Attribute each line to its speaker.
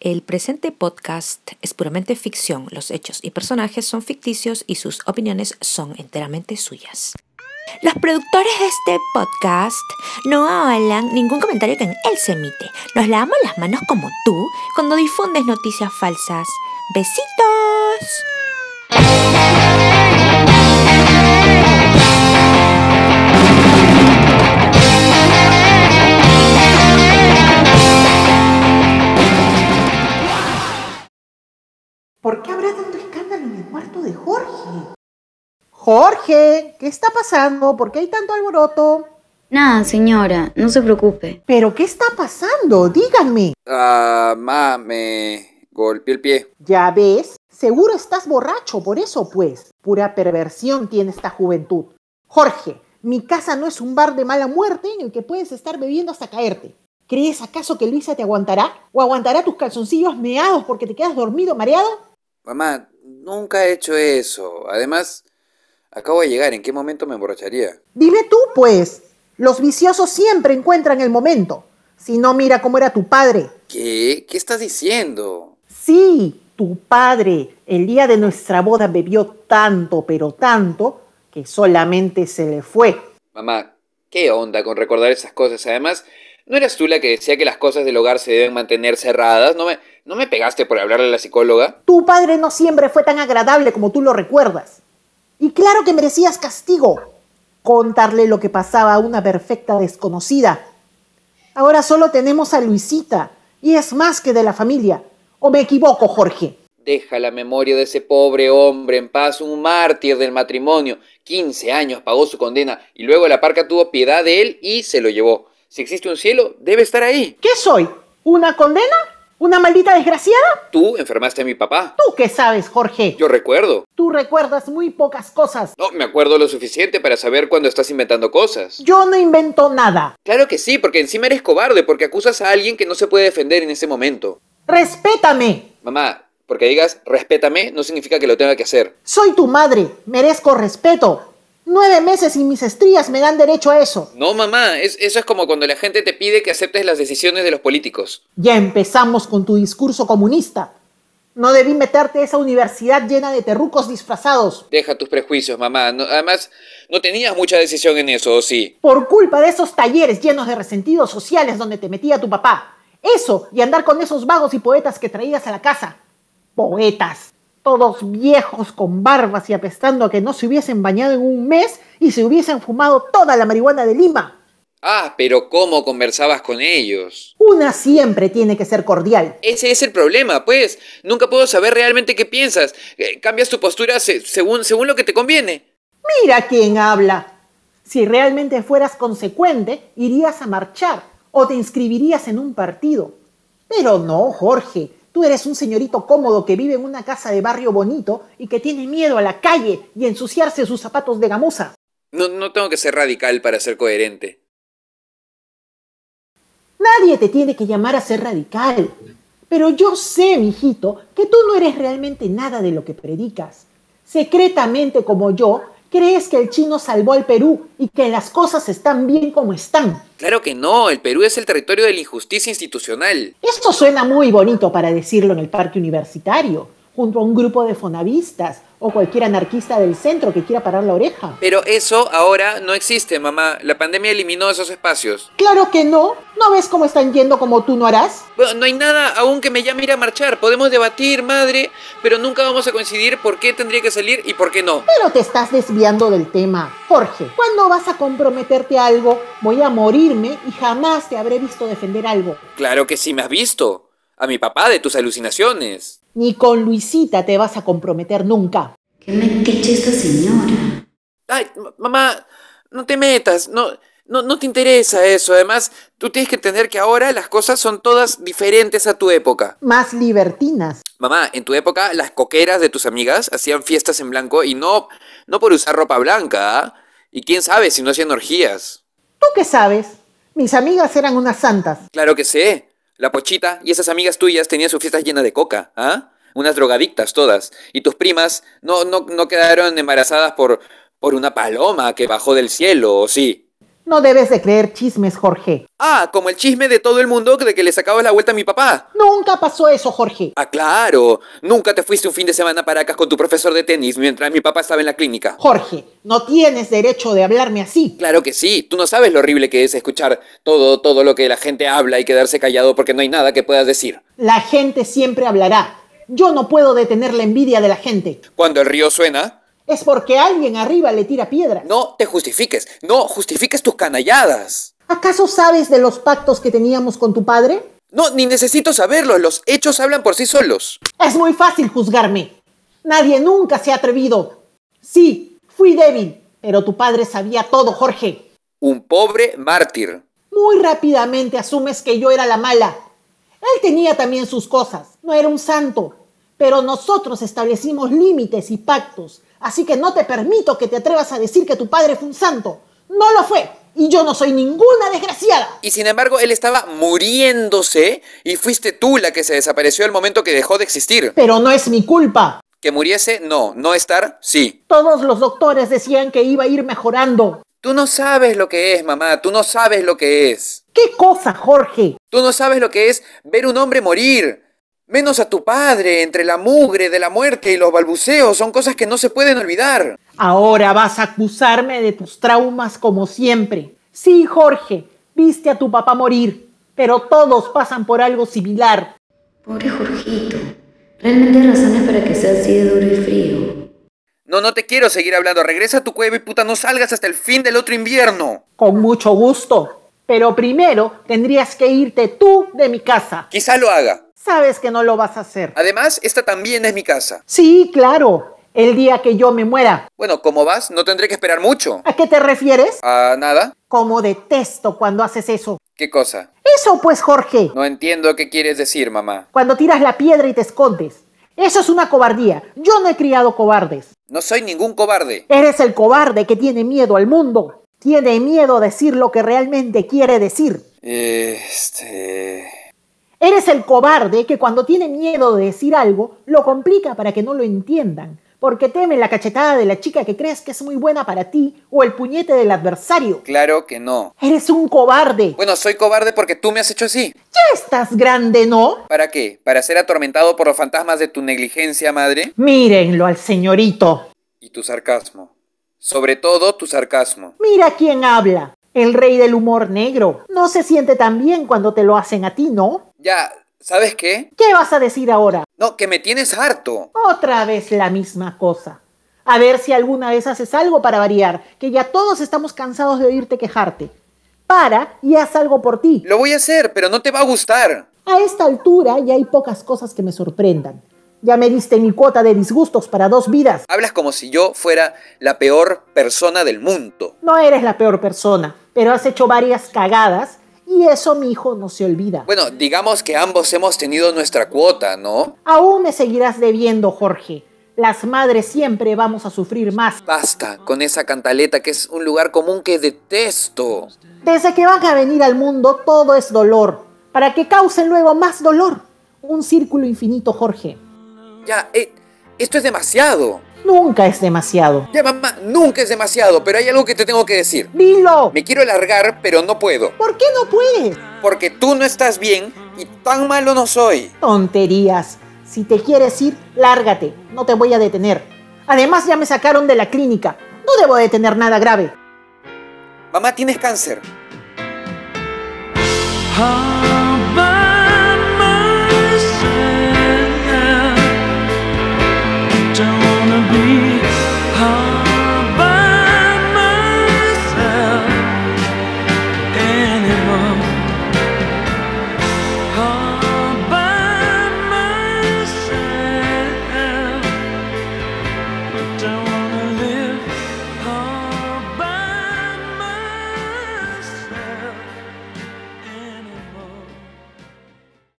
Speaker 1: El presente podcast es puramente ficción. Los hechos y personajes son ficticios y sus opiniones son enteramente suyas. Los productores de este podcast no avalan ningún comentario que en él se emite. Nos lavamos las manos como tú cuando difundes noticias falsas. ¡Besitos!
Speaker 2: ¿Por qué habrá tanto escándalo en el cuarto de Jorge? Jorge, ¿qué está pasando? ¿Por qué hay tanto alboroto?
Speaker 3: Nada, señora, no se preocupe.
Speaker 2: ¿Pero qué está pasando? Díganme.
Speaker 4: Ah, ma, me golpeé el pie.
Speaker 2: ¿Ya ves? Seguro estás borracho, por eso pues. Pura perversión tiene esta juventud. Jorge, mi casa no es un bar de mala muerte en el que puedes estar bebiendo hasta caerte. ¿Crees acaso que Luisa te aguantará? ¿O aguantará tus calzoncillos meados porque te quedas dormido mareado?
Speaker 4: Mamá, nunca he hecho eso. Además, acabo de llegar. ¿En qué momento me emborracharía?
Speaker 2: Dime tú, pues. Los viciosos siempre encuentran el momento. Si no, mira cómo era tu padre.
Speaker 4: ¿Qué? ¿Qué estás diciendo?
Speaker 2: Sí, tu padre. El día de nuestra boda bebió tanto, pero tanto, que solamente se le fue.
Speaker 4: Mamá, ¿qué onda con recordar esas cosas? Además, ¿no eras tú la que decía que las cosas del hogar se deben mantener cerradas? ¿No me, no me pegaste por hablarle a la psicóloga?
Speaker 2: Tu padre no siempre fue tan agradable como tú lo recuerdas. Y claro que merecías castigo. Contarle lo que pasaba a una perfecta desconocida. Ahora solo tenemos a Luisita, y es más que de la familia. ¿O me equivoco, Jorge?
Speaker 4: Deja la memoria de ese pobre hombre en paz, un mártir del matrimonio. 15 años pagó su condena y luego la parca tuvo piedad de él y se lo llevó. Si existe un cielo, debe estar ahí.
Speaker 2: ¿Qué soy? ¿Una condena? ¿Una maldita desgraciada?
Speaker 4: Tú enfermaste a mi papá.
Speaker 2: ¿Tú qué sabes, Jorge?
Speaker 4: Yo recuerdo.
Speaker 2: Tú recuerdas muy pocas cosas.
Speaker 4: No, me acuerdo lo suficiente para saber cuando estás inventando cosas.
Speaker 2: Yo no invento nada.
Speaker 4: Claro que sí, porque encima eres cobarde, porque acusas a alguien que no se puede defender en ese momento.
Speaker 2: Respétame.
Speaker 4: Mamá, porque digas respétame no significa que lo tenga que hacer.
Speaker 2: Soy tu madre. Merezco respeto. Nueve meses y mis estrías me dan derecho a eso.
Speaker 4: No, mamá, es- eso es como cuando la gente te pide que aceptes las decisiones de los políticos.
Speaker 2: Ya empezamos con tu discurso comunista. No debí meterte a esa universidad llena de terrucos disfrazados.
Speaker 4: Deja tus prejuicios, mamá. No- además, no tenías mucha decisión en eso, ¿o sí?
Speaker 2: Por culpa de esos talleres llenos de resentidos sociales donde te metía tu papá. Eso y andar con esos vagos y poetas que traías a la casa. Poetas. Todos viejos con barbas y apestando a que no se hubiesen bañado en un mes y se hubiesen fumado toda la marihuana de Lima.
Speaker 4: Ah, pero ¿cómo conversabas con ellos?
Speaker 2: Una siempre tiene que ser cordial.
Speaker 4: Ese es el problema, pues. Nunca puedo saber realmente qué piensas. Eh, cambias tu postura se- según, según lo que te conviene.
Speaker 2: Mira quién habla. Si realmente fueras consecuente, irías a marchar o te inscribirías en un partido. Pero no, Jorge, tú eres un señorito cómodo que vive en una casa de barrio bonito y que tiene miedo a la calle y ensuciarse sus zapatos de gamuza.
Speaker 4: No, no tengo que ser radical para ser coherente.
Speaker 2: Nadie te tiene que llamar a ser radical. Pero yo sé, mijito, que tú no eres realmente nada de lo que predicas. Secretamente, como yo, crees que el chino salvó al Perú y que las cosas están bien como están.
Speaker 4: Claro que no, el Perú es el territorio de la injusticia institucional.
Speaker 2: Esto suena muy bonito para decirlo en el parque universitario, junto a un grupo de fonavistas o cualquier anarquista del centro que quiera parar la oreja.
Speaker 4: Pero eso ahora no existe, mamá. La pandemia eliminó esos espacios.
Speaker 2: Claro que no, ¿no ves cómo están yendo como tú no harás?
Speaker 4: Bueno, no hay nada aún que me llame a ir a marchar. Podemos debatir, madre, pero nunca vamos a coincidir por qué tendría que salir y por qué no.
Speaker 2: Pero te estás desviando del tema. Jorge, ¿cuándo vas a comprometerte a algo? Voy a morirme y jamás te habré visto defender algo.
Speaker 4: Claro que sí me has visto. A mi papá de tus alucinaciones.
Speaker 2: Ni con Luisita te vas a comprometer nunca.
Speaker 3: ¿Qué metiche esta señora?
Speaker 4: Ay, ma- mamá, no te metas, no, no, no te interesa eso. Además, tú tienes que entender que ahora las cosas son todas diferentes a tu época.
Speaker 2: Más libertinas.
Speaker 4: Mamá, en tu época las coqueras de tus amigas hacían fiestas en blanco y no, no por usar ropa blanca, ¿ah? Y quién sabe si no hacían orgías.
Speaker 2: ¿Tú qué sabes? Mis amigas eran unas santas.
Speaker 4: Claro que sé. La pochita y esas amigas tuyas tenían sus fiestas llenas de coca, ¿ah? Unas drogadictas todas. Y tus primas no, no, no quedaron embarazadas por, por una paloma que bajó del cielo, ¿o sí?
Speaker 2: No debes de creer chismes, Jorge.
Speaker 4: Ah, como el chisme de todo el mundo de que le sacabas la vuelta a mi papá.
Speaker 2: Nunca pasó eso, Jorge.
Speaker 4: Ah, claro. Nunca te fuiste un fin de semana para Caracas con tu profesor de tenis mientras mi papá estaba en la clínica.
Speaker 2: Jorge, no tienes derecho de hablarme así.
Speaker 4: Claro que sí. Tú no sabes lo horrible que es escuchar todo, todo lo que la gente habla y quedarse callado porque no hay nada que puedas decir.
Speaker 2: La gente siempre hablará. Yo no puedo detener la envidia de la gente.
Speaker 4: Cuando el río suena,
Speaker 2: Es porque alguien arriba le tira piedra.
Speaker 4: no te justifiques. No justifiques tus canalladas.
Speaker 2: ¿Acaso sabes de los pactos que teníamos con tu padre?
Speaker 4: No, ni necesito saberlo. Los hechos hablan por sí solos.
Speaker 2: Es muy fácil juzgarme. Nadie nunca se ha atrevido. Sí, fui débil, pero tu padre sabía todo, Jorge.
Speaker 4: Un pobre mártir.
Speaker 2: Muy rápidamente asumes que yo era la mala. Él tenía también sus cosas, no era un santo. Pero nosotros establecimos límites y pactos, así que no te permito que te atrevas a decir que tu padre fue un santo. No lo fue, y yo no soy ninguna desgraciada.
Speaker 4: Y sin embargo, él estaba muriéndose y fuiste tú la que se desapareció al momento que dejó de existir.
Speaker 2: Pero no es mi culpa.
Speaker 4: Que muriese, no. No estar, sí.
Speaker 2: Todos los doctores decían que iba a ir mejorando.
Speaker 4: Tú no sabes lo que es, mamá. Tú no sabes lo que es.
Speaker 2: ¿Qué cosa, Jorge?
Speaker 4: Tú no sabes lo que es ver un hombre morir. Menos a tu padre, entre la mugre de la muerte y los balbuceos, son cosas que no se pueden olvidar.
Speaker 2: Ahora vas a acusarme de tus traumas como siempre. Sí, Jorge, viste a tu papá morir, pero todos pasan por algo similar.
Speaker 3: Pobre Jorgito. Realmente hay razones para que sea así de duro y frío.
Speaker 4: No, no te quiero seguir hablando. Regresa a tu cueva y puta, no salgas hasta el fin del otro invierno.
Speaker 2: Con mucho gusto. Pero primero tendrías que irte tú de mi casa.
Speaker 4: Quizá lo haga.
Speaker 2: Sabes que no lo vas a hacer.
Speaker 4: Además, esta también es mi casa.
Speaker 2: Sí, claro. El día que yo me muera.
Speaker 4: Bueno, como vas, no tendré que esperar mucho.
Speaker 2: ¿A qué te refieres?
Speaker 4: ¿A nada?
Speaker 2: Como detesto cuando haces eso.
Speaker 4: ¿Qué cosa?
Speaker 2: Eso pues, Jorge.
Speaker 4: No entiendo qué quieres decir, mamá.
Speaker 2: Cuando tiras la piedra y te escondes. Eso es una cobardía. Yo no he criado cobardes.
Speaker 4: No soy ningún cobarde.
Speaker 2: Eres el cobarde que tiene miedo al mundo. Tiene miedo a decir lo que realmente quiere decir.
Speaker 4: Este...
Speaker 2: Eres el cobarde que cuando tiene miedo de decir algo, lo complica para que no lo entiendan, porque teme la cachetada de la chica que crees que es muy buena para ti o el puñete del adversario.
Speaker 4: Claro que no.
Speaker 2: Eres un cobarde.
Speaker 4: Bueno, soy cobarde porque tú me has hecho así.
Speaker 2: Ya estás grande, ¿no?
Speaker 4: ¿Para qué? ¿Para ser atormentado por los fantasmas de tu negligencia, madre?
Speaker 2: Mírenlo al señorito.
Speaker 4: Y tu sarcasmo. Sobre todo tu sarcasmo.
Speaker 2: Mira quién habla. El rey del humor negro. No se siente tan bien cuando te lo hacen a ti, ¿no?
Speaker 4: Ya, ¿sabes qué?
Speaker 2: ¿Qué vas a decir ahora?
Speaker 4: No, que me tienes harto.
Speaker 2: Otra vez la misma cosa. A ver si alguna vez haces algo para variar, que ya todos estamos cansados de oírte quejarte. Para y haz algo por ti.
Speaker 4: Lo voy a hacer, pero no te va a gustar.
Speaker 2: A esta altura ya hay pocas cosas que me sorprendan. Ya me diste mi cuota de disgustos para dos vidas.
Speaker 4: Hablas como si yo fuera la peor persona del mundo.
Speaker 2: No eres la peor persona, pero has hecho varias cagadas y eso mi hijo no se olvida.
Speaker 4: Bueno, digamos que ambos hemos tenido nuestra cuota, ¿no?
Speaker 2: Aún me seguirás debiendo, Jorge. Las madres siempre vamos a sufrir más.
Speaker 4: Basta con esa cantaleta que es un lugar común que detesto.
Speaker 2: Desde que van a venir al mundo todo es dolor, para que causen luego más dolor. Un círculo infinito, Jorge.
Speaker 4: Ya, eh, esto es demasiado.
Speaker 2: Nunca es demasiado.
Speaker 4: Ya, mamá, nunca es demasiado, pero hay algo que te tengo que decir.
Speaker 2: Dilo.
Speaker 4: Me quiero largar, pero no puedo.
Speaker 2: ¿Por qué no puedes?
Speaker 4: Porque tú no estás bien y tan malo no soy.
Speaker 2: Tonterías. Si te quieres ir, lárgate. No te voy a detener. Además, ya me sacaron de la clínica. No debo de tener nada grave.
Speaker 4: Mamá, tienes cáncer.
Speaker 5: Ah.